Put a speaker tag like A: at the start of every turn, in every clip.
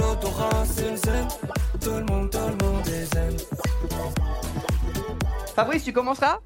A: France, une zen. Tout le monde, tout le monde est zen.
B: Fabrice, tu commenceras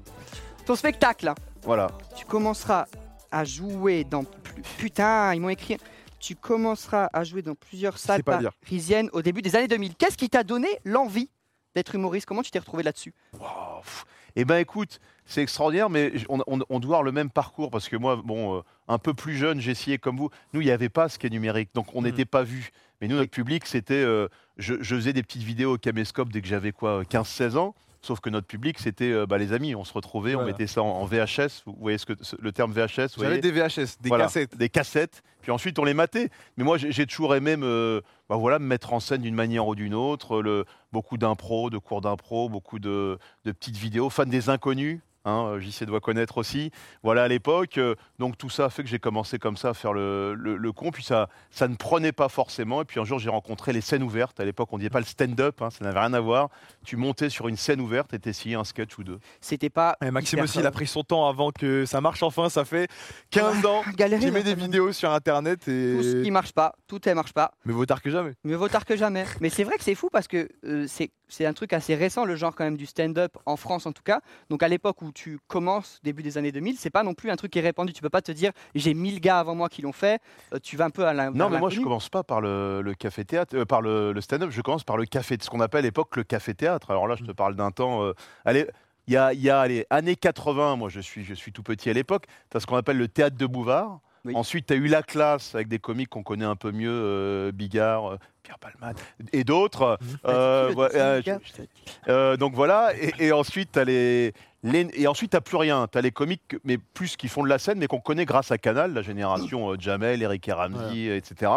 B: ton spectacle.
C: Voilà.
B: Tu commenceras à jouer dans plus... putain, ils m'ont écrit. Tu commenceras à jouer dans plusieurs salles
C: pas lire.
B: parisiennes au début des années 2000. Qu'est-ce qui t'a donné l'envie d'être humoriste Comment tu t'es retrouvé là-dessus
C: Wow, pff. Eh ben écoute, c'est extraordinaire, mais j- on, on- on doit avoir le même parcours parce que moi, bon, euh, un peu plus jeune, j'ai essayé comme vous. Nous, il n'y avait pas ce qui est numérique, donc on
D: Mm.
C: n'était pas vus. Mais nous, notre public, c'était. euh, je, je faisais des petites vidéos au caméscope dès que j'avais quoi, 15-16 ans. Sauf que notre public, c'était euh, bah, les amis. On se retrouvait, on
D: Voilà.
C: mettait ça en, en VHS. Vous voyez ce que ce- le terme VHS vous
D: J'avais
C: voyez
D: des VHS, des
C: Voilà,
D: cassettes.
C: Des cassettes. Puis ensuite, on les matait. Mais moi, j'ai j'ai toujours aimé me, bah voilà, me mettre en scène d'une manière ou d'une autre. Le, beaucoup d'impro, de cours d'impro, beaucoup de, de petites vidéos. Fan des inconnus. Hein, euh, JC doit connaître aussi. Voilà à l'époque. euh, Donc tout ça a fait que j'ai commencé comme ça à faire le, le- le con. Puis ça, ça ne prenait pas forcément. Et puis un jour, j'ai rencontré les scènes ouvertes. À l'époque, on disait pas le stand-up. hein, ça n'avait rien à voir. Tu montais sur une scène ouverte et t'essayais un sketch ou deux.
B: C'était pas
D: Et Eh, Maxime
B: hyper-
D: aussi, il a pris son temps avant que ça marche enfin. Ça fait 15 ans
B: galéré.
D: qu'il met
B: hein,
D: des
B: quand même.
D: vidéos sur internet
B: Tout ce qui
D: et.
B: marche pas, tout ne marche pas.
D: Mais vaut tard que jamais.
B: Mieux vaut tard que jamais. Mais c'est vrai que c'est fou parce que euh, c'est c'est un truc assez récent, le genre quand même du stand-up, en France en tout cas. Donc à l'époque où tu commences, début des années 2000, c'est pas non plus un truc qui est répandu. Tu peux pas te dire j'ai 1000 gars avant moi qui l'ont fait, Euh, tu vas un peu à la.
C: Non,
B: vers
C: mais moi je
B: l'inconnu.
C: commence pas par le, le café théâtre, euh, par le, le stand-up. Je commence par le café, ce qu'on appelle à l'époque le café théâtre. Alors là,
B: Mm.
C: je te parle d'un temps. euh, allez, il y a, il y a les années 80. Moi, je suis, je suis tout petit à l'époque. Tu as ce qu'on appelle le théâtre de Bouvard.
B: Oui.
C: Ensuite, tu as eu la classe avec des comiques qu'on connaît un peu mieux, euh, Bigard, euh, Pierre Palman et d'autres. Euh,
B: Vas-y,
C: ouais,
B: dis-le,
C: euh,
B: dis-le,
C: je-
B: gars.
C: euh, donc voilà, et, et ensuite t'as les, les- et ensuite t'as plus rien, t'as les comiques, mais plus qui font de la scène, mais qu'on connaît grâce à Canal, la génération euh, Jamel, Eric et Ramsey, etc.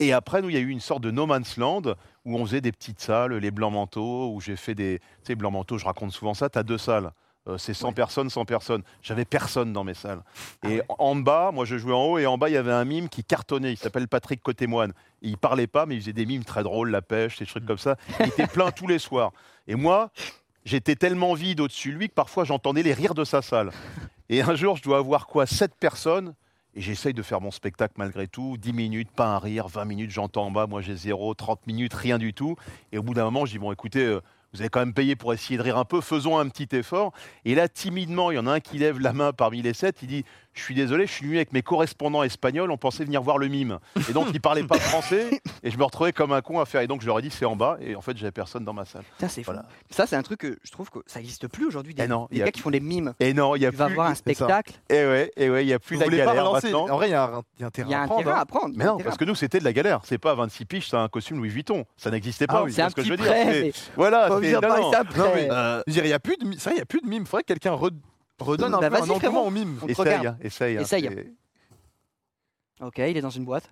C: Et après nous, il y a eu une sorte de no man's land où on faisait des petites salles, les blancs manteaux, où j'ai fait des, tu sais, blancs manteaux, je raconte souvent ça, t'as deux salles. Euh, c'est 100 personnes, 100 personnes. J'avais personne dans mes salles. et en- en bas, moi je jouais en haut, et en bas, il y avait un mime qui cartonnait. Il s'appelle Patrick Côté-Moine. Il parlait pas, mais il faisait des mimes très drôles, la pêche, des trucs comme ça. Il était plein tous les soirs. Et moi, j'étais tellement vide au-dessus de lui que parfois j'entendais les rires de sa salle. Et un jour, je dois avoir quoi Sept personnes et j'essaye de faire mon spectacle malgré tout. 10 minutes, pas un rire. 20 minutes, j'entends en bas. Moi, j'ai zéro. 30 minutes, rien du tout. Et au bout d'un moment, je dis Bon, écoutez, euh, vous avez quand même payé pour essayer de rire un peu. Faisons un petit effort. Et là, timidement, il y en a un qui lève la main parmi les sept. Il dit Je suis désolé, je suis venu avec mes correspondants espagnols. On pensait venir voir le mime. Et donc, il parlait pas français. Et je me retrouvais comme un con à faire. Et donc, je leur ai dit C'est en bas. Et en fait, j'avais personne dans ma salle.
B: Putain, c'est fou.
C: Voilà.
B: Ça, c'est un truc que je trouve que ça n'existe plus aujourd'hui. Des,
C: Eh non,
B: des
C: il y a-
B: gars qui font des mimes.
C: Et non, il y a
B: Tu vas
C: plus.
B: voir un
D: c'est ça.
B: spectacle,
C: Et ouais, et ouais, il y a plus
D: Vous
C: la
D: voulez pas
C: galère
D: relancer
C: maintenant.
D: En vrai, il y a un, il y a un terrain
B: il y a
D: à
B: un
D: prendre,
B: terrain
D: hein.
B: à prendre.
C: Mais non, parce que nous c'était de la galère. C'est pas 26 piges, c'est un costume Louis Vuitton. Ça n'existait pas.
D: Ah oui,
C: tu
B: c'est
C: vois
B: un
C: ce que je
B: petit
C: veux dire.
B: prêt,
C: C'est-
B: mais
C: Voilà.
B: faut
C: c'est-
B: venir
C: non,
B: parler
C: non.
B: ça
D: Non,
B: après.
D: mais-
C: Euh,
D: Je veux dire, il y a plus de mime. C'est vrai, il y a plus de mime. Faudrait que quelqu'un re- redonne
B: Bah
D: un peu
B: vas-y,
D: un engouement
B: frérot.
D: au mime.
B: On te
C: Essaye,
B: regarde.
C: hein, essaye. hein,
B: Essaye.
C: c'est-
B: Ok, il est dans une boîte.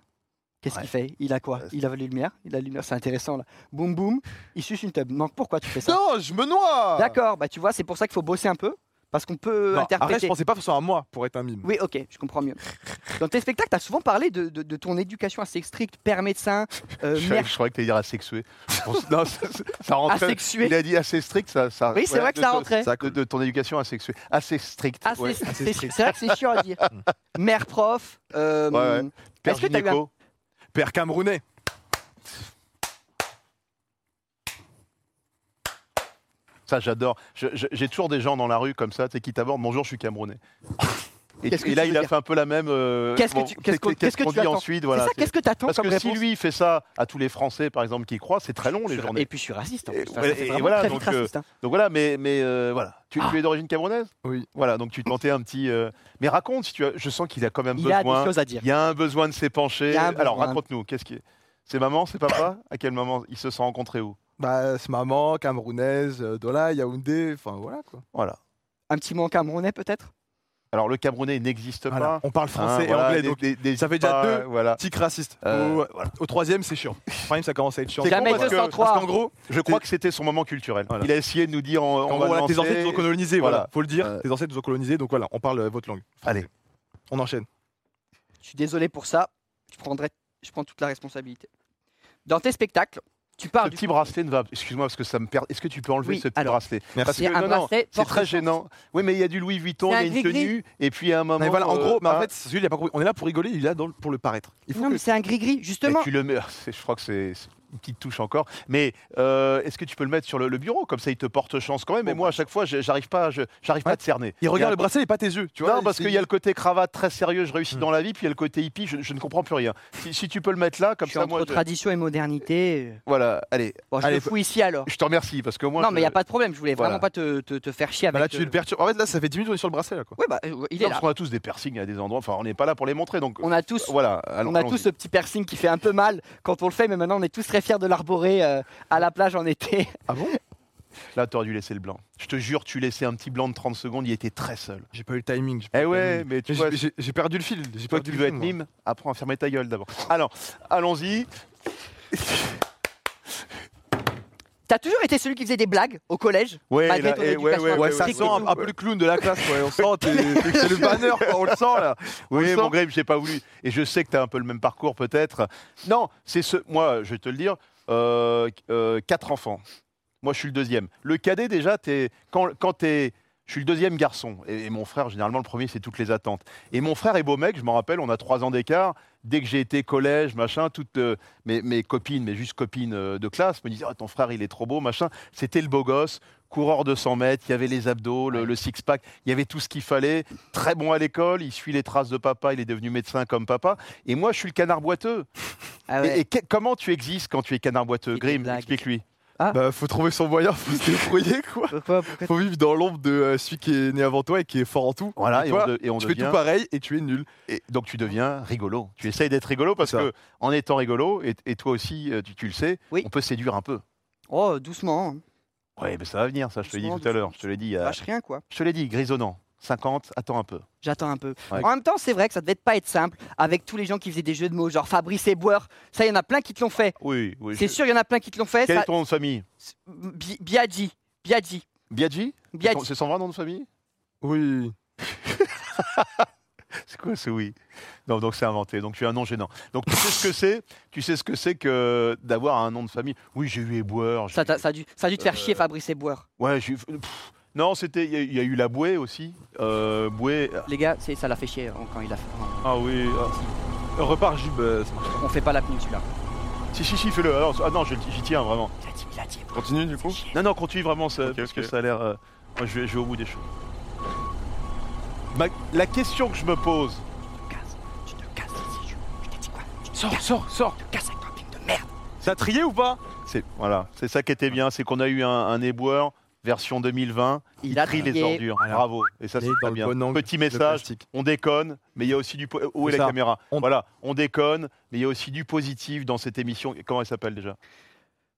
B: Qu'est-ce qu'il fait Il a quoi
C: Euh,
B: Il a la lumière. Il a la lumière, c'est intéressant là. Boum boum. Il suce une table. Non, pourquoi tu fais ça
D: Non, je me noie.
B: D'accord, bah tu vois, c'est pour ça qu'il faut bosser un peu, parce qu'on peut
D: Non, Arrête, je
B: interpréter.
D: pensais pas forcément à moi pour être un mime.
B: Oui, ok, je comprends mieux. Dans tes spectacles, tu as souvent parlé de, de- de ton éducation assez stricte, père médecin, euh,
C: Je,
B: mère
C: je croyais que t'allais dire asexué. non, ça, ça- ça rentrait.
B: asexuée.
C: Il a dit assez strict, ça. ça
B: Oui, c'est vrai que
C: de
B: ça
C: ton-
B: rentrait.
C: de, de ton éducation asexuée. Assez strict.
B: Assez-
C: ouais.
B: c'est-
D: assez stricte.
B: C'est vrai que c'est chiant à dire. mère prof. euh,
C: Ouais, Père
B: Est-ce que t'as eu un-
C: gynéco.
D: Père camerounais.
C: Ça, j'adore. Je- je- J'ai toujours des gens dans la rue comme ça, tu sais, qui t'abordent. Bonjour, je suis camerounais. Et,
B: Qu'est-ce que
C: et là,
B: tu veux
C: il a
B: dire
C: fait un peu la même. euh,
B: Qu'est-ce que
C: bon,
B: tu- qu'est-ce qu'on- qu'est-ce que
C: qu'on
B: tu
C: dit
B: attends
C: ensuite Voilà.
B: c'est ça,
C: c'est-
B: qu'est-ce que t'attends
C: Parce
B: comme
C: que
B: réponse
C: si lui il fait ça à tous les Français, par exemple, qui y croient, c'est très long les
B: Je-
C: journées.
B: Et puis je suis raciste. En
C: Et-
B: plus. Enfin,
C: ouais,
B: ça fait
C: et
B: vraiment
C: voilà,
B: très
C: donc, euh,
B: vite raciste, hein.
C: Donc voilà, mais, mais euh, voilà. Tu, tu
B: Ah.
C: es d'origine camerounaise
D: Oui.
C: Voilà, donc tu tentais un petit. euh, Mais raconte, si tu as... je sens qu'il a quand même
B: Il a des
C: besoin.
B: choses à dire.
C: Il y a un besoin de s'épancher.
B: Il y a un
C: Alors
B: besoin.
C: raconte-nous, qu'est-ce qui est C'est maman, c'est papa À quel moment ils se sont rencontrés où
D: Bah, c'est maman, camerounaise, euh, Dola, Yaoundé, enfin voilà quoi.
C: Voilà.
B: Un petit mot en camerounais peut-être
C: Alors le camerounais n'existe
D: Voilà,
C: pas.
D: On parle français
C: Hein,
D: et
C: voilà,
D: anglais,
C: n'hé-
D: donc
C: n'hé- n'hésite
D: ça fait déjà
C: pas,
D: deux.
C: Voilà.
D: tic raciste.
C: Euh,
D: au, au troisième, c'est chiant. Au troisième, ça commence à être chiant.
C: C'est con,
B: Jamais
C: parce que-
B: 203.
D: Parce qu'en gros,
C: Je crois que c'était son moment culturel.
D: Voilà.
C: Il a essayé de nous dire en,
D: en gros, voilà, tes ancêtres nous ont colonisés, voilà.
C: Voilà.
D: Faut le dire,
C: Euh.
D: tes ancêtres nous ont colonisés, donc voilà, on parle euh, votre langue.
C: Allez.
D: On enchaîne.
B: Je suis désolé pour ça. Je, prendrai, je prends toute la responsabilité. Dans tes spectacles, tu
C: Ce
B: parles du.
C: petit bracelet ne va. Excuse-moi parce que ça me perd. Est-ce que tu peux enlever
B: Oui,
C: ce petit
B: alors,
C: bracelet Parce
B: C'est
C: que
B: un
C: non, non,
B: bracelet
C: C'est
B: porte
C: très
B: chance.
C: gênant. Oui, mais il y a du Louis Vuitton, il y
B: C'est
C: a
B: un
C: une
B: gris-gris.
C: tenue, et puis à un moment.
D: Mais voilà, en
C: euh,
D: gros, mais en
C: hein,
D: fait, c'est celui, il a pas compris. On est là pour rigoler, il est là dans le- pour le paraître. Il faut
B: Non,
D: que-
B: mais c'est un gris-gris,
C: mais
B: justement.
C: tu le mets. c'est- Je crois que c'est. c'est- une petite touche encore. Mais euh, est-ce que tu peux le mettre sur le, le bureau Comme ça, il te porte chance quand même. Et moi, à chaque fois, je- j'arrive pas, je- j'arrive pas
D: Ouais.
C: à te cerner.
D: Il
C: y a-
D: regarde le bracelet et pas tes yeux, tu vois.
C: non, parce
D: c'est-
C: qu'il y a le côté cravate très sérieux, je réussis
D: Hmm.
C: dans la vie, puis il y a le côté hippie, je, je ne comprends plus rien. Si, si tu peux le mettre là, comme
B: je suis
C: ça,
B: entre
C: moi. je-
B: tradition et modernité.
C: Voilà, allez,
B: Bon, je
C: Allez,
B: le fous ici alors.
C: je te remercie, parce que moi.
B: non, mais il n'y a
C: je-
B: pas de problème. Je voulais
C: Voilà.
B: vraiment pas te, te- te faire chier avec.
D: Bah là, tu
B: euh,
D: le perturbes. En fait, là, ça fait 10 minutes on est sur le bracelet, là, quoi.
B: Ouais, bah, euh, il
C: Non,
B: est là.
C: parce qu'on a tous des piercings à des endroits, enfin, on n'est pas là pour les montrer, donc.
B: On a tous.
C: Voilà, allons-
B: on a
C: allons-y.
B: tous ce petit piercing qui fait un peu mal quand on le fait, mais maintenant on est tous très fiers de l'arborer euh, à la plage en été.
D: Ah bon
C: Là, t'aurais dû laisser le blanc. Je te jure, tu laissais un petit blanc de 30 secondes, il était très seul.
D: J'ai pas eu le timing. j'ai pas
C: Eh
D: eu le
C: ouais,
D: timing.
C: mais tu
D: Mais
C: vois,
D: j'ai- j'ai- j'ai perdu le fil. J'ai
C: toi
D: perdu
C: qui
D: le
C: veux
D: fil,
C: être
D: moi.
C: mime, apprends à fermer ta gueule d'abord. Alors, allons-y.
B: T'as toujours été celui qui faisait des blagues au collège
C: Ouais,
B: Malgré ton
C: eh, ouais,
B: éducation
C: ouais,
D: Ouais,
B: ouais,
D: ça
B: ouais,
D: sent
B: ouais,
D: un, un peu le clown de la classe, ouais. On sent, t'es- t'es- c'est le banner, quoi. On le sent, là. On le
C: Oui,
D: sent.
C: mon Graham, j'ai pas voulu. Et je sais que tu as un peu le même parcours, peut-être. Non, c'est ce. Moi, je vais te le dire, euh, euh, quatre enfants. Moi, je suis le deuxième. Le cadet, déjà, t'es quand, quand t'es. Je suis le deuxième garçon. Et, et mon frère, généralement, le premier, c'est toutes les attentes. Et mon frère est beau mec, je m'en rappelle, on a trois ans d'écart. Dès que j'ai été collège, machin, toutes euh, mes, mes copines, mais juste copines euh, de classe, me disaient Ah, ton frère, il est trop beau, machin. C'était le beau gosse, coureur de 100 mètres, il y avait les abdos, le- le six-pack, il y avait tout ce qu'il fallait très bon à l'école, il suit les traces de papa, il est devenu médecin comme papa. Et moi, je suis le canard boiteux.
B: Ah
C: Et-
B: ouais.
C: Et, que- comment tu existes quand tu es canard boiteux
B: Petite
C: Grim,
B: blague.
C: explique-lui.
D: Bah, faut trouver son moyen, faut se débrouiller, quoi.
B: Pourquoi- pourquoi-
D: Faut vivre dans l'ombre de euh, celui qui est né avant toi et qui est fort en tout.
C: Voilà, et,
D: et
C: on,
D: toi,
C: de- et on
D: tu fais
C: devient.
D: tout pareil et tu es nul.
C: et donc tu deviens rigolo. Tu essayes d'être rigolo parce
D: C'est ça.
C: que en étant rigolo, et, et toi aussi, euh, tu, tu le sais,
B: Oui.
C: on peut séduire un peu.
B: Oh, doucement. hein.
C: Ouais, mais ça va venir, ça, je te l'ai dit
B: Doucement,
C: tout à l'heure.
B: doucement.
C: Je te l'ai dit, il y a-
B: Lâche rien, quoi.
C: je te l'ai dit, grisonnant. 50, attends un peu.
B: J'attends un peu.
C: Ouais.
B: En même temps, c'est vrai que ça devait pas être simple avec tous les gens qui faisaient des jeux de mots, genre Fabrice Eboueur. Ça, il y en a plein qui te l'ont fait.
C: Oui, oui.
B: C'est
C: je-
B: sûr, il y en a plein qui te l'ont fait.
C: Quel
B: Ça...
C: est ton nom de famille
B: Bi- Biaggi. Biaggi.
C: Biaggi C'est ton-
B: Biaggi.
C: C'est son vrai nom de famille
D: Oui.
C: C'est quoi ce oui Non, donc c'est inventé. Donc tu as un nom gênant. Donc tu sais ce que c'est Tu sais ce que c'est que d'avoir un nom de famille Oui, j'ai eu éboueur. j'ai
B: Ça, t'a-
C: eu-
B: ça, a dû, ça a dû te faire chier, Fabrice Eboueur.
C: Ouais, j'ai eu- pff, Non, c'était. Il y a- il y, a eu la bouée aussi. Euh, bouée.
B: Les gars, c'est- ça l'a fait chier hein, quand il a fait.
C: Ah oui. ah,
D: Repars, Jib. euh,
B: On fait pas la peninsula.
C: bah, Si, si, si, fais-le. Alors, ah non, je- j'y tiens vraiment.
B: Il a dit, il a dit.
D: Continue, du coup.
C: Non, non, continue vraiment, ça,
D: Ok,
C: parce
D: ok.
C: que ça a l'air. euh, moi, je vais, je vais au bout des choses. Ma- la question que je me pose.
B: Tu te casses ici, je t'ai dit quoi Tu
D: Sors, sors, sors.
B: te casses avec toi, ping de merde.
D: Ça a trié ou pas
C: C'est voilà, c'est ça qui était bien, c'est qu'on a eu un, un éboueur version 2020.
B: Il a
C: Trie
B: trié.
C: les ordures.
D: Voilà.
C: Bravo. Et ça,
D: Il
C: c'est
D: est dans
C: très
D: le
C: bien.
D: bon angle,
C: Petit
D: Le
C: message.
D: plastique.
C: on déconne, mais il y a aussi du po- où est,
D: C'est
C: la
D: ça.
C: caméra
D: On-
C: Voilà, on déconne, mais il y a aussi du positif dans cette émission. Comment elle s'appelle déjà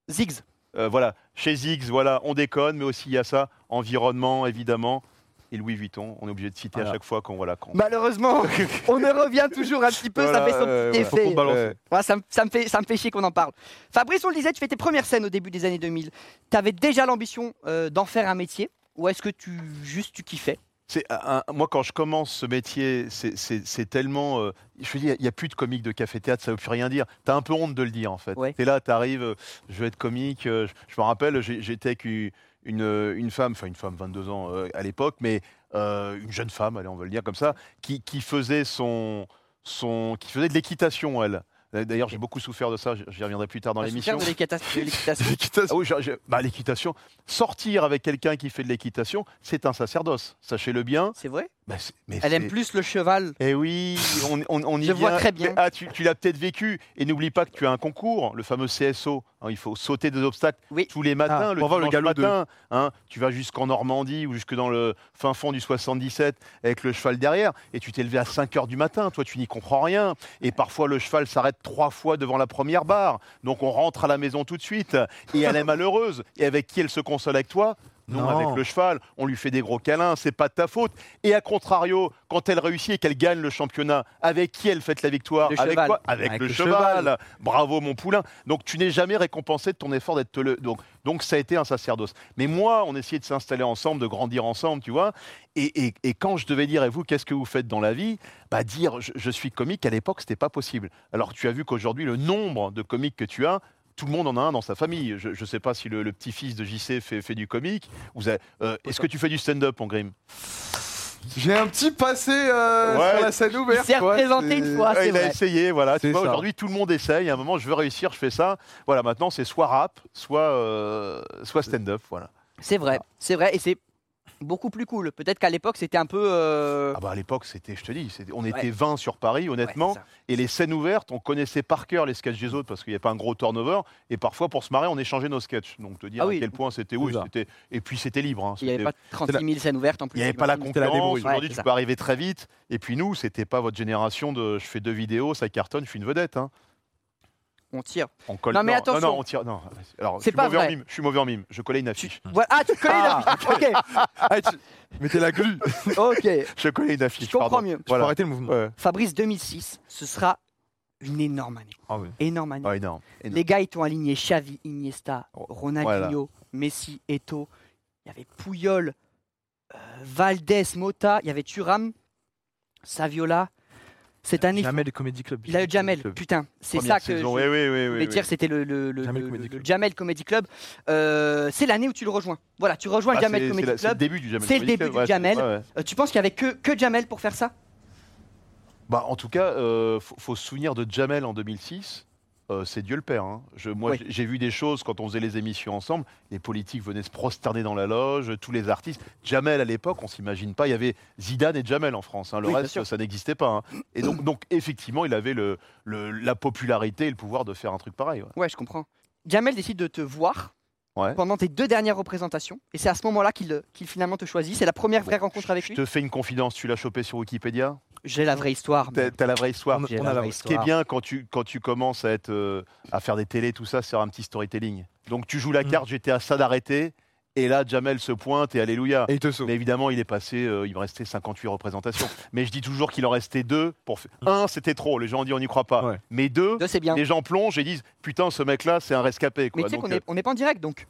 B: Ziggs.
C: Euh, Voilà, chez Ziggs, voilà, on déconne, mais aussi il y a ça, environnement évidemment et Louis Vuitton. On est obligé de citer à
D: Voilà.
C: chaque fois qu'on voilà qu'on.
B: Malheureusement, on y revient toujours un petit peu, ça
D: Voilà,
B: fait son
D: euh,
B: petit
D: ouais. Faut qu'on
B: effet.
D: balance.
C: Ouais.
B: Voilà, ça, me- ça me fait, ça me fait chier qu'on en parle. Fabrice, on le disait, tu fais tes premières scènes au début des années 2000. Tu avais déjà l'ambition euh, d'en faire un métier ou est-ce que tu juste tu kiffais
C: C'est un- un- moi quand je commence ce métier, c'est- c'est c'est tellement. euh, je veux dire, il n'y a plus de comique de café-théâtre, ça veut plus rien dire. T'as un peu honte de le dire en fait.
B: Ouais.
C: T'es là, t'arrives, euh, je veux être comique. euh, je, je me rappelle, j'ai- j'étais avec une, une, euh, une femme, enfin une femme, 22 ans euh, à l'époque, mais euh, une jeune femme, allez, on va le dire comme ça, qui, qui faisait son, son, qui faisait de l'équitation elle. D'ailleurs, j'ai beaucoup souffert de ça. j- J'y reviendrai plus tard dans
B: T'as
C: l'émission.
B: souffert de l'équitation- de l'équitation.
C: Ah oui, j'ai- j'ai- bah, l'équitation. Sortir avec quelqu'un qui fait de l'équitation, c'est un sacerdoce. Sachez-le bien.
B: C'est vrai
C: Bah, c'est- mais
B: Elle aime
C: c'est-
B: plus le cheval.
C: Eh oui, on, on- on y
B: Je vois
C: vient.
B: très bien.
C: Mais, Ah, tu, tu l'as peut-être vécu. Et n'oublie pas que tu as un concours, le fameux CSO. hein, il faut sauter des obstacles
B: Oui.
C: tous les matins,
D: Ah,
C: le
D: pour voir le
C: dimanche
D: galop de-
C: matin. hein. tu vas jusqu'en Normandie ou jusque dans le fin fond du 77 avec le cheval derrière. Et tu t'es levé à 5 heures du matin. Toi, tu n'y comprends rien. Et parfois, le cheval s'arrête trois fois devant la première barre. Donc, on rentre à la maison tout de suite. Et elle est malheureuse. Et avec qui elle se console avec toi non,
D: Non.
C: avec le cheval, on lui fait des gros câlins, c'est pas de ta faute. Et à contrario, quand elle réussit et qu'elle gagne le championnat, avec qui elle fête la victoire
B: Le
C: Avec
B: cheval.
C: quoi avec,
D: Avec
C: le,
D: le
C: cheval.
D: cheval.
C: Bravo mon poulain. Donc tu n'es jamais récompensé de ton effort d'être le donc donc ça a été un sacerdoce. Mais moi, on essayait de s'installer ensemble, de grandir ensemble, tu vois. Et, et- et quand je devais dire et vous, qu'est-ce que vous faites dans la vie Bah dire je, je suis comique à l'époque, c'était pas possible. Alors tu as vu qu'aujourd'hui le nombre de comiques que tu as tout le monde en a un dans sa famille. Je ne sais pas si le, le petit-fils de JC fait, fait du comique. Vous avez- euh, Est-ce que tu fais du stand-up, en Grim
D: J'ai un petit passé euh,
C: Ouais.
D: sur la scène
B: Il
D: ouverte.
B: s'est
D: quoi,
B: représenté
D: c'est-
B: une fois, Ah,
C: Ouais,
B: c'est
C: Euh, il a
B: vrai.
C: essayé, voilà. Tu
D: C'est
C: vois,
D: ça.
C: aujourd'hui, tout le monde essaye. À un moment, je veux réussir, je fais ça. Voilà, maintenant, c'est soit rap, soit, euh, soit stand-up. Voilà.
B: C'est vrai,
C: Ah.
B: c'est vrai, et c'est beaucoup plus cool. Peut-être qu'à l'époque, c'était un peu. euh,
C: Ah bah, à l'époque, c'était, je te dis, c'était- on
B: Ouais.
C: était 20 sur Paris,
B: ouais,
C: honnêtement.
B: c'est ça.
C: et les scènes ouvertes, on connaissait par cœur les sketchs des autres parce qu'il n'y a pas un gros turnover. Et parfois, pour se marrer, on échangeait nos sketchs. Donc, te dire
B: Ah
C: à
B: oui.
C: quel point c'était. Oui,
D: C'est ça.
C: c'était. Et puis, c'était libre. hein.
B: Il n'y avait
C: C'était-
B: pas 36 000 scènes ouvertes en plus.
C: Il n'y avait pas la
B: j'imagine.
D: C'était la
C: concurrence.
D: débrouille.
B: Ouais,
C: Aujourd'hui,
B: c'est
C: tu
B: ça.
C: peux arriver très vite. Et puis nous, c'était pas votre génération de je fais deux vidéos, ça cartonne, je suis une vedette. hein.
B: On tire.
C: On colle.
B: Non, mais
C: non,
B: attention.
C: on tire. Non. Alors, je
B: C'est
C: suis
B: pas
C: mauvais
B: vrai.
C: en mime. Je suis mauvais en mime. Je collais une affiche.
B: Voilà. Ah, tu connais la Ok,
D: Ah, tu- Mettez la glu.
B: ok.
C: Je collais une affiche.
B: Je comprends
C: pardon.
B: mieux.
D: Faut
C: Voilà.
D: arrêter le mouvement.
C: Ouais.
B: Fabrice 2006, ce sera une énorme année.
D: Ah oui.
B: Énorme année.
C: Ouais, non.
B: Les gars, ils t'ont aligné Xavi, Iniesta, Ronaldinho, Messi, Eto. Il y avait Pouyol, euh, Valdés, Mota. Il y avait Thuram, Saviola. Cette année,
D: Jamais les comédie club.
B: il a eu Jamel. Putain, c'est ça que
C: saison.
B: je
C: Oui, oui, oui, oui,
B: voulais
C: oui.
B: dire. C'était le, le, le-
D: Jamel
B: le-
D: Comedy
B: le
D: Club.
B: Jamel Comedy Club. Euh, c'est l'année où tu le rejoins. Voilà, tu rejoins
C: Ah,
B: le
C: c'est-
B: Jamel
C: c'est
B: Comedy
C: la- C'est le
B: Club.
C: début du Jamel.
B: C'est le
C: Comedy
B: début
C: Club,
B: du
C: ouais, c'est-
B: Jamel.
C: ouais, ouais.
B: Euh, tu penses qu'il y avait que, que Jamel pour faire ça
C: Bah, en tout cas, euh, faut, faut se souvenir de Jamel en 2006. euh, c'est Dieu le Père. hein. Je, moi,
B: Oui.
C: j'ai- j'ai vu des choses quand on faisait les émissions ensemble. Les politiques venaient se prosterner dans la loge, tous les artistes. Jamel, à l'époque, on s'imagine pas. Il y avait Zidane et Jamel en France. hein. Le
B: Oui, bien
C: reste,
B: sûr.
C: ça n'existait pas. hein. Et donc, donc, effectivement, il avait le, le- la popularité et le pouvoir de faire un truc pareil. ouais.
B: Ouais, je comprends. Jamel décide de te voir
C: Ouais.
B: pendant tes deux dernières représentations. Et c'est à ce moment-là qu'il qu'il finalement te choisit. C'est la première vraie rencontre avec
C: Je
B: lui.
C: te fais une confidence. Tu l'as chopé sur Wikipédia
B: J'ai la vraie histoire. mais
C: T'as t'as la vraie histoire.
D: On a-
B: j'ai
D: on
B: la
D: a la-
B: vraie
C: Ce qui est
B: histoire.
C: bien quand tu, quand tu commences à, être, euh, à faire des télés, tout ça, c'est un petit storytelling. Donc tu joues la
D: Mm.
C: carte, j'étais à ça d'arrêter, et là Jamel se pointe et alléluia.
D: Et il te sauve.
C: Mais évidemment, il est passé, euh, il me restait 58 représentations. Mais je dis toujours qu'il en restait deux. Pour... fa- Un, c'était trop, les gens ont dit on n'y croit pas.
D: Ouais.
C: Mais deux,
B: Mm. Deux, c'est bien.
C: les gens plongent et disent putain, ce mec-là, c'est un rescapé. Quoi.
B: Mais tu sais
C: Donc,
B: qu'on est-
C: euh,
B: on n'est pas en direct donc.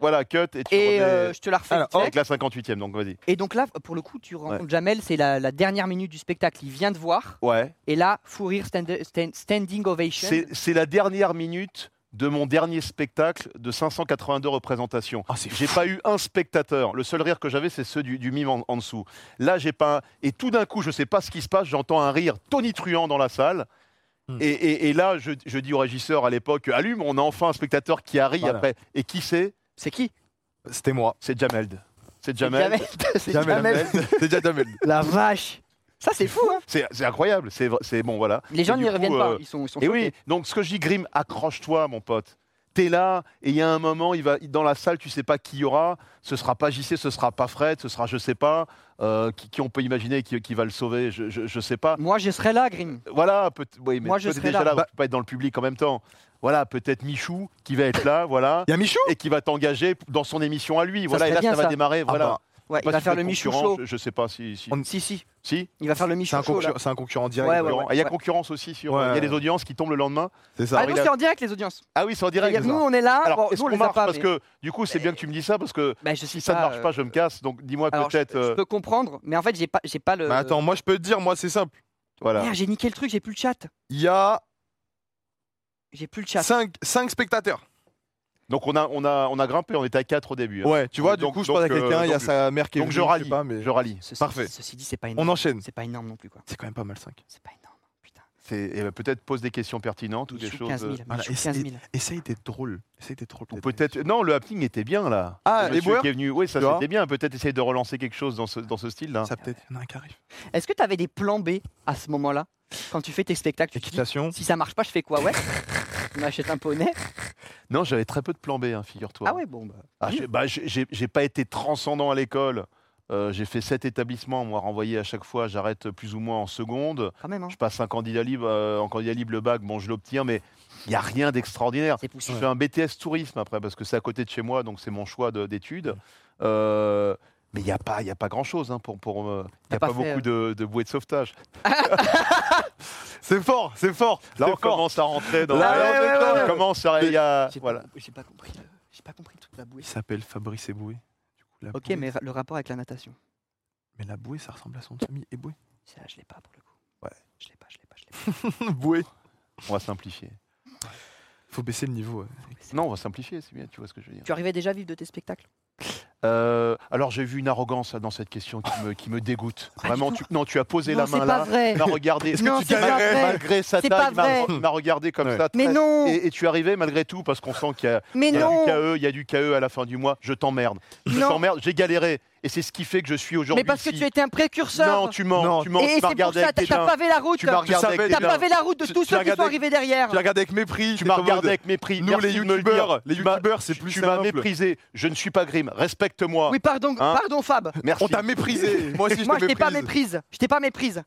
C: Voilà, cut, et tu
B: Et
C: remets-
B: euh, je te la refais.
D: Alors,
B: tu sais.
C: avec la 58e, donc vas-y.
B: Et donc là, pour le coup, tu rencontres Jamel, c'est la, la dernière minute du spectacle. Il vient te voir.
C: Ouais.
B: Et là, fou rire, stand- stand- standing ovation.
C: C'est c'est la dernière minute de mon dernier spectacle de 582 représentations.
D: Ah, c'est
C: J'ai pas eu un spectateur. Le seul rire que j'avais, c'est ceux du, du mime en, en dessous. Là, j'ai pas. un- Et tout d'un coup, je sais pas ce qui se passe. J'entends un rire tonitruant dans la salle.
D: Hmm.
C: Et, et- et là, je, je dis au régisseur à l'époque, allume, on a enfin un spectateur qui arrive
D: Voilà.
C: après. Et qui c'est
B: C'est qui
D: C'était moi.
C: C'est Jameld. C'est
B: C'est
C: Jamel.
B: C'est Jamel.
D: C'est déjà Jamel.
B: La vache. Ça, c'est fou. hein.
C: C'est c'est incroyable. C'est vrai- C'est bon, voilà.
B: Les gens
C: Et du
B: n'y
C: coup,
B: reviennent
C: euh,
B: pas. Ils sont, ils sont
C: Et
B: choqués.
C: oui, donc ce que je dis, Grim, accroche-toi, mon pote. T'es là, et il y a un moment, il va dans la salle, tu sais pas qui y aura. Ce sera pas JC, ce sera pas Fred, ce sera je sais pas euh, qui, qui on peut imaginer qui, qui va le sauver. Je, je, je sais pas.
B: Moi, je serai là, Grim.
C: Voilà, peut oui,
B: Moi,
C: mais Moi,
B: je
C: je
B: serai
C: déjà
B: là.
C: là,
D: Bah-
C: tu peux pas être dans le public en même temps. Voilà, peut-être Michou qui va être là, voilà,
D: Y'a Michou
C: et qui va t'engager dans son émission à lui. Voilà,
B: serait
C: et là
B: bien,
C: ça va
B: ça.
C: démarrer. voilà.
D: bah,
B: Ouais, il
C: Je sais pas
B: va
C: si
B: faire
C: c'est
B: le Michou
C: concurrent,
B: Show.
C: Je, je sais pas si. si-
D: On-
B: Si, si.
C: si
B: Il va faire le
D: C'est
B: Michou
D: un,
B: Show. là.
D: concurrent- c'est un concurrent direct.
B: Ouais,
C: concurrent.
B: ouais, ouais.
C: Ah, Il y a concurrence aussi. Sur... Il
D: Ouais,
C: y a
D: ouais.
C: des audiences qui tombent le lendemain.
D: C'est ça.
B: Ah, nous, c'est en direct, les audiences.
C: Ah oui, c'est en direct.
B: Regarde, nous, on est là.
C: Alors,
B: Ah, Bon,
C: est-ce
B: nous, on
C: qu'on
B: les a
C: marche
B: pas,
C: Parce
B: mais-
C: que du coup, c'est bien que tu me dis ça parce que
B: Bah, je sais
C: si ça ne marche
B: euh,
C: pas, je me casse. Donc dis-moi
B: Alors, je-
C: peut-être.
B: je,
C: euh,
B: peux comprendre, mais en fait, j'ai pas, j'ai pas le.
D: Mais attends, moi je peux te dire, moi c'est simple.
C: Voilà.
B: Merde, j'ai niqué le truc, j'ai plus le chat.
D: Il y a
B: J'ai plus le chat.
D: 5 spectateurs.
C: Donc on a, on a, on a grimpé. On était à 4 au début. hein.
D: Ouais, tu vois,
C: Donc-
D: du coup je
C: donc,
D: parle à quelqu'un,
C: euh,
D: il y a
C: donc-
D: sa mère qui est
C: Donc je
D: venue,
C: rallie.
D: sais pas, mais
C: Je rallie.
B: Ceci,
D: parfait.
B: Ceci dit, c'est pas
D: on
B: énorme.
D: enchaîne.
B: C'est pas énorme non plus, quoi.
D: C'est quand même pas mal 5.
B: C'est pas énorme. Putain.
C: C'est- Et ben, peut-être pose des questions pertinentes ou des
B: Michou,
C: choses.
B: 15 000.
C: euh,
D: voilà,
B: Michou,
D: et-
B: 15 000.
D: Essaye d'être drôle. Essaye d'être drôle.
C: ou peut-être. Non, le happening était bien là.
D: Ah,
C: Le
D: et
C: monsieur
D: Bauer
C: qui est venu. Oui, ça
D: Tu vois
C: c'était bien. Peut-être essayer de relancer quelque chose dans ce, dans ce style là.
D: Ça peut-être. Il y en a un qui arrive.
B: Est-ce que t'avais des plans B à ce moment-là Quand tu fais tes spectacles, tu te dis,
D: Équitation.
B: si ça marche pas, je fais quoi Ouais. On achète un poney.
C: Non, j'avais très peu de plan B, hein, figure-toi.
B: Ah ouais, bon. Bah,
C: Ah,
B: oui.
C: j'ai- bah, j'ai- j'ai j'ai pas été transcendant à l'école. Euh, j'ai fait sept établissements, moi renvoyé à chaque fois, j'arrête plus ou moins en seconde.
B: quand même. Hein.
C: Je passe un candidat libre, euh, en candidat libre le bac, bon, je l'obtiens, mais il n'y a rien d'extraordinaire.
B: C'est
C: Je
B: poussé.
C: fais un BTS tourisme après, parce que c'est à côté de chez moi, donc c'est mon choix de- d'études. Euh, mais il n'y a pas, il y a pas grand-chose hein, pour... pour euh, il
B: T'as
C: n'y a
B: pas
C: pas,
B: fait, euh,
C: beaucoup de, de bouées de sauvetage.
D: C'est fort, c'est fort.
C: Là,
D: c'est
C: on
D: fort.
C: commence à rentrer dans...
B: Ah
D: Là,
C: Là,
D: ouais,
C: on
D: ouais, ouais,
C: déconne,
D: ouais.
C: commence à... il y a-
B: J'ai
C: voilà.
B: pas, j'ai pas compris. le- J'ai pas compris toute la bouée.
D: Il s'appelle Fabrice Eboué. Du coup, la
B: Ok,
D: bouée-
B: mais ra- le rapport avec la natation.
D: mais la bouée, ça ressemble à son ami Eboué.
B: Ça, je l'ai pas pour le coup.
C: Ouais.
B: Je l'ai pas, je l'ai pas, je l'ai pas.
D: bouée.
C: On va simplifier.
D: Faut baisser le niveau. ouais.
C: Non, on va simplifier, c'est bien, tu vois ce que je veux dire.
B: Tu arrivais déjà à vivre de tes spectacles
C: Euh, alors j'ai vu une arrogance dans cette question qui me, qui me dégoûte. Vraiment,
B: du
C: tu, non, tu as posé
B: Non,
C: la
B: c'est
C: main
B: pas
C: là.
B: vrai.
C: Il m'a regardé.
B: Est-ce que Non, tu c'est pas
C: malgré,
B: vrai.
C: malgré sa
B: C'est pas
C: taille, il m'a-
B: vrai.
C: il m'a regardé comme
D: Ouais.
C: ça.
B: Mais
C: très-
B: non
C: Et, et tu es arrivé malgré tout parce qu'on sent qu'il y a,
B: Mais
C: il y a du
B: non
C: KE, il y a du KE à la fin du mois. Je t'emmerde. Je
B: Non.
C: t'emmerde. J'ai galéré. Et c'est ce qui fait que je suis aujourd'hui.
B: Mais parce que
C: ici.
B: tu étais un précurseur
C: Non, tu mens.
D: Non.
C: tu mens.
B: Et
C: tu m'as
B: c'est pour
C: regardé
B: ça,
C: avec
B: t'as
C: des
B: t'as
C: gens.
B: pavé la route
C: Tu m'as regardé
D: savais
C: avec
D: déjà.
C: des
B: T'as
C: gens.
B: pavé la route de
D: Tu-
B: tous
D: tu
B: ceux
D: l'as
B: qui sont
D: regardé-
B: arrivés derrière
D: Tu la regardes avec mépris.
C: Tu
D: t'es
C: m'as
D: en mode,
C: regardé avec mépris.
D: Nous,
C: Merci
D: les
C: de me le
D: youtubeurs,
C: dire.
D: les
C: Tu m'as-
D: youtubeurs, c'est plus
C: Tu m'as
D: simple.
C: méprisé. Je ne suis pas Grimm. Respecte-moi.
B: Oui, pardon,
C: Hein
B: pardon Fab
C: Merci.
D: On t'a méprisé. Moi aussi, je
B: Moi,
D: te
B: je t'ai pas
D: méprise.
B: méprise. Je t'ai pas méprise.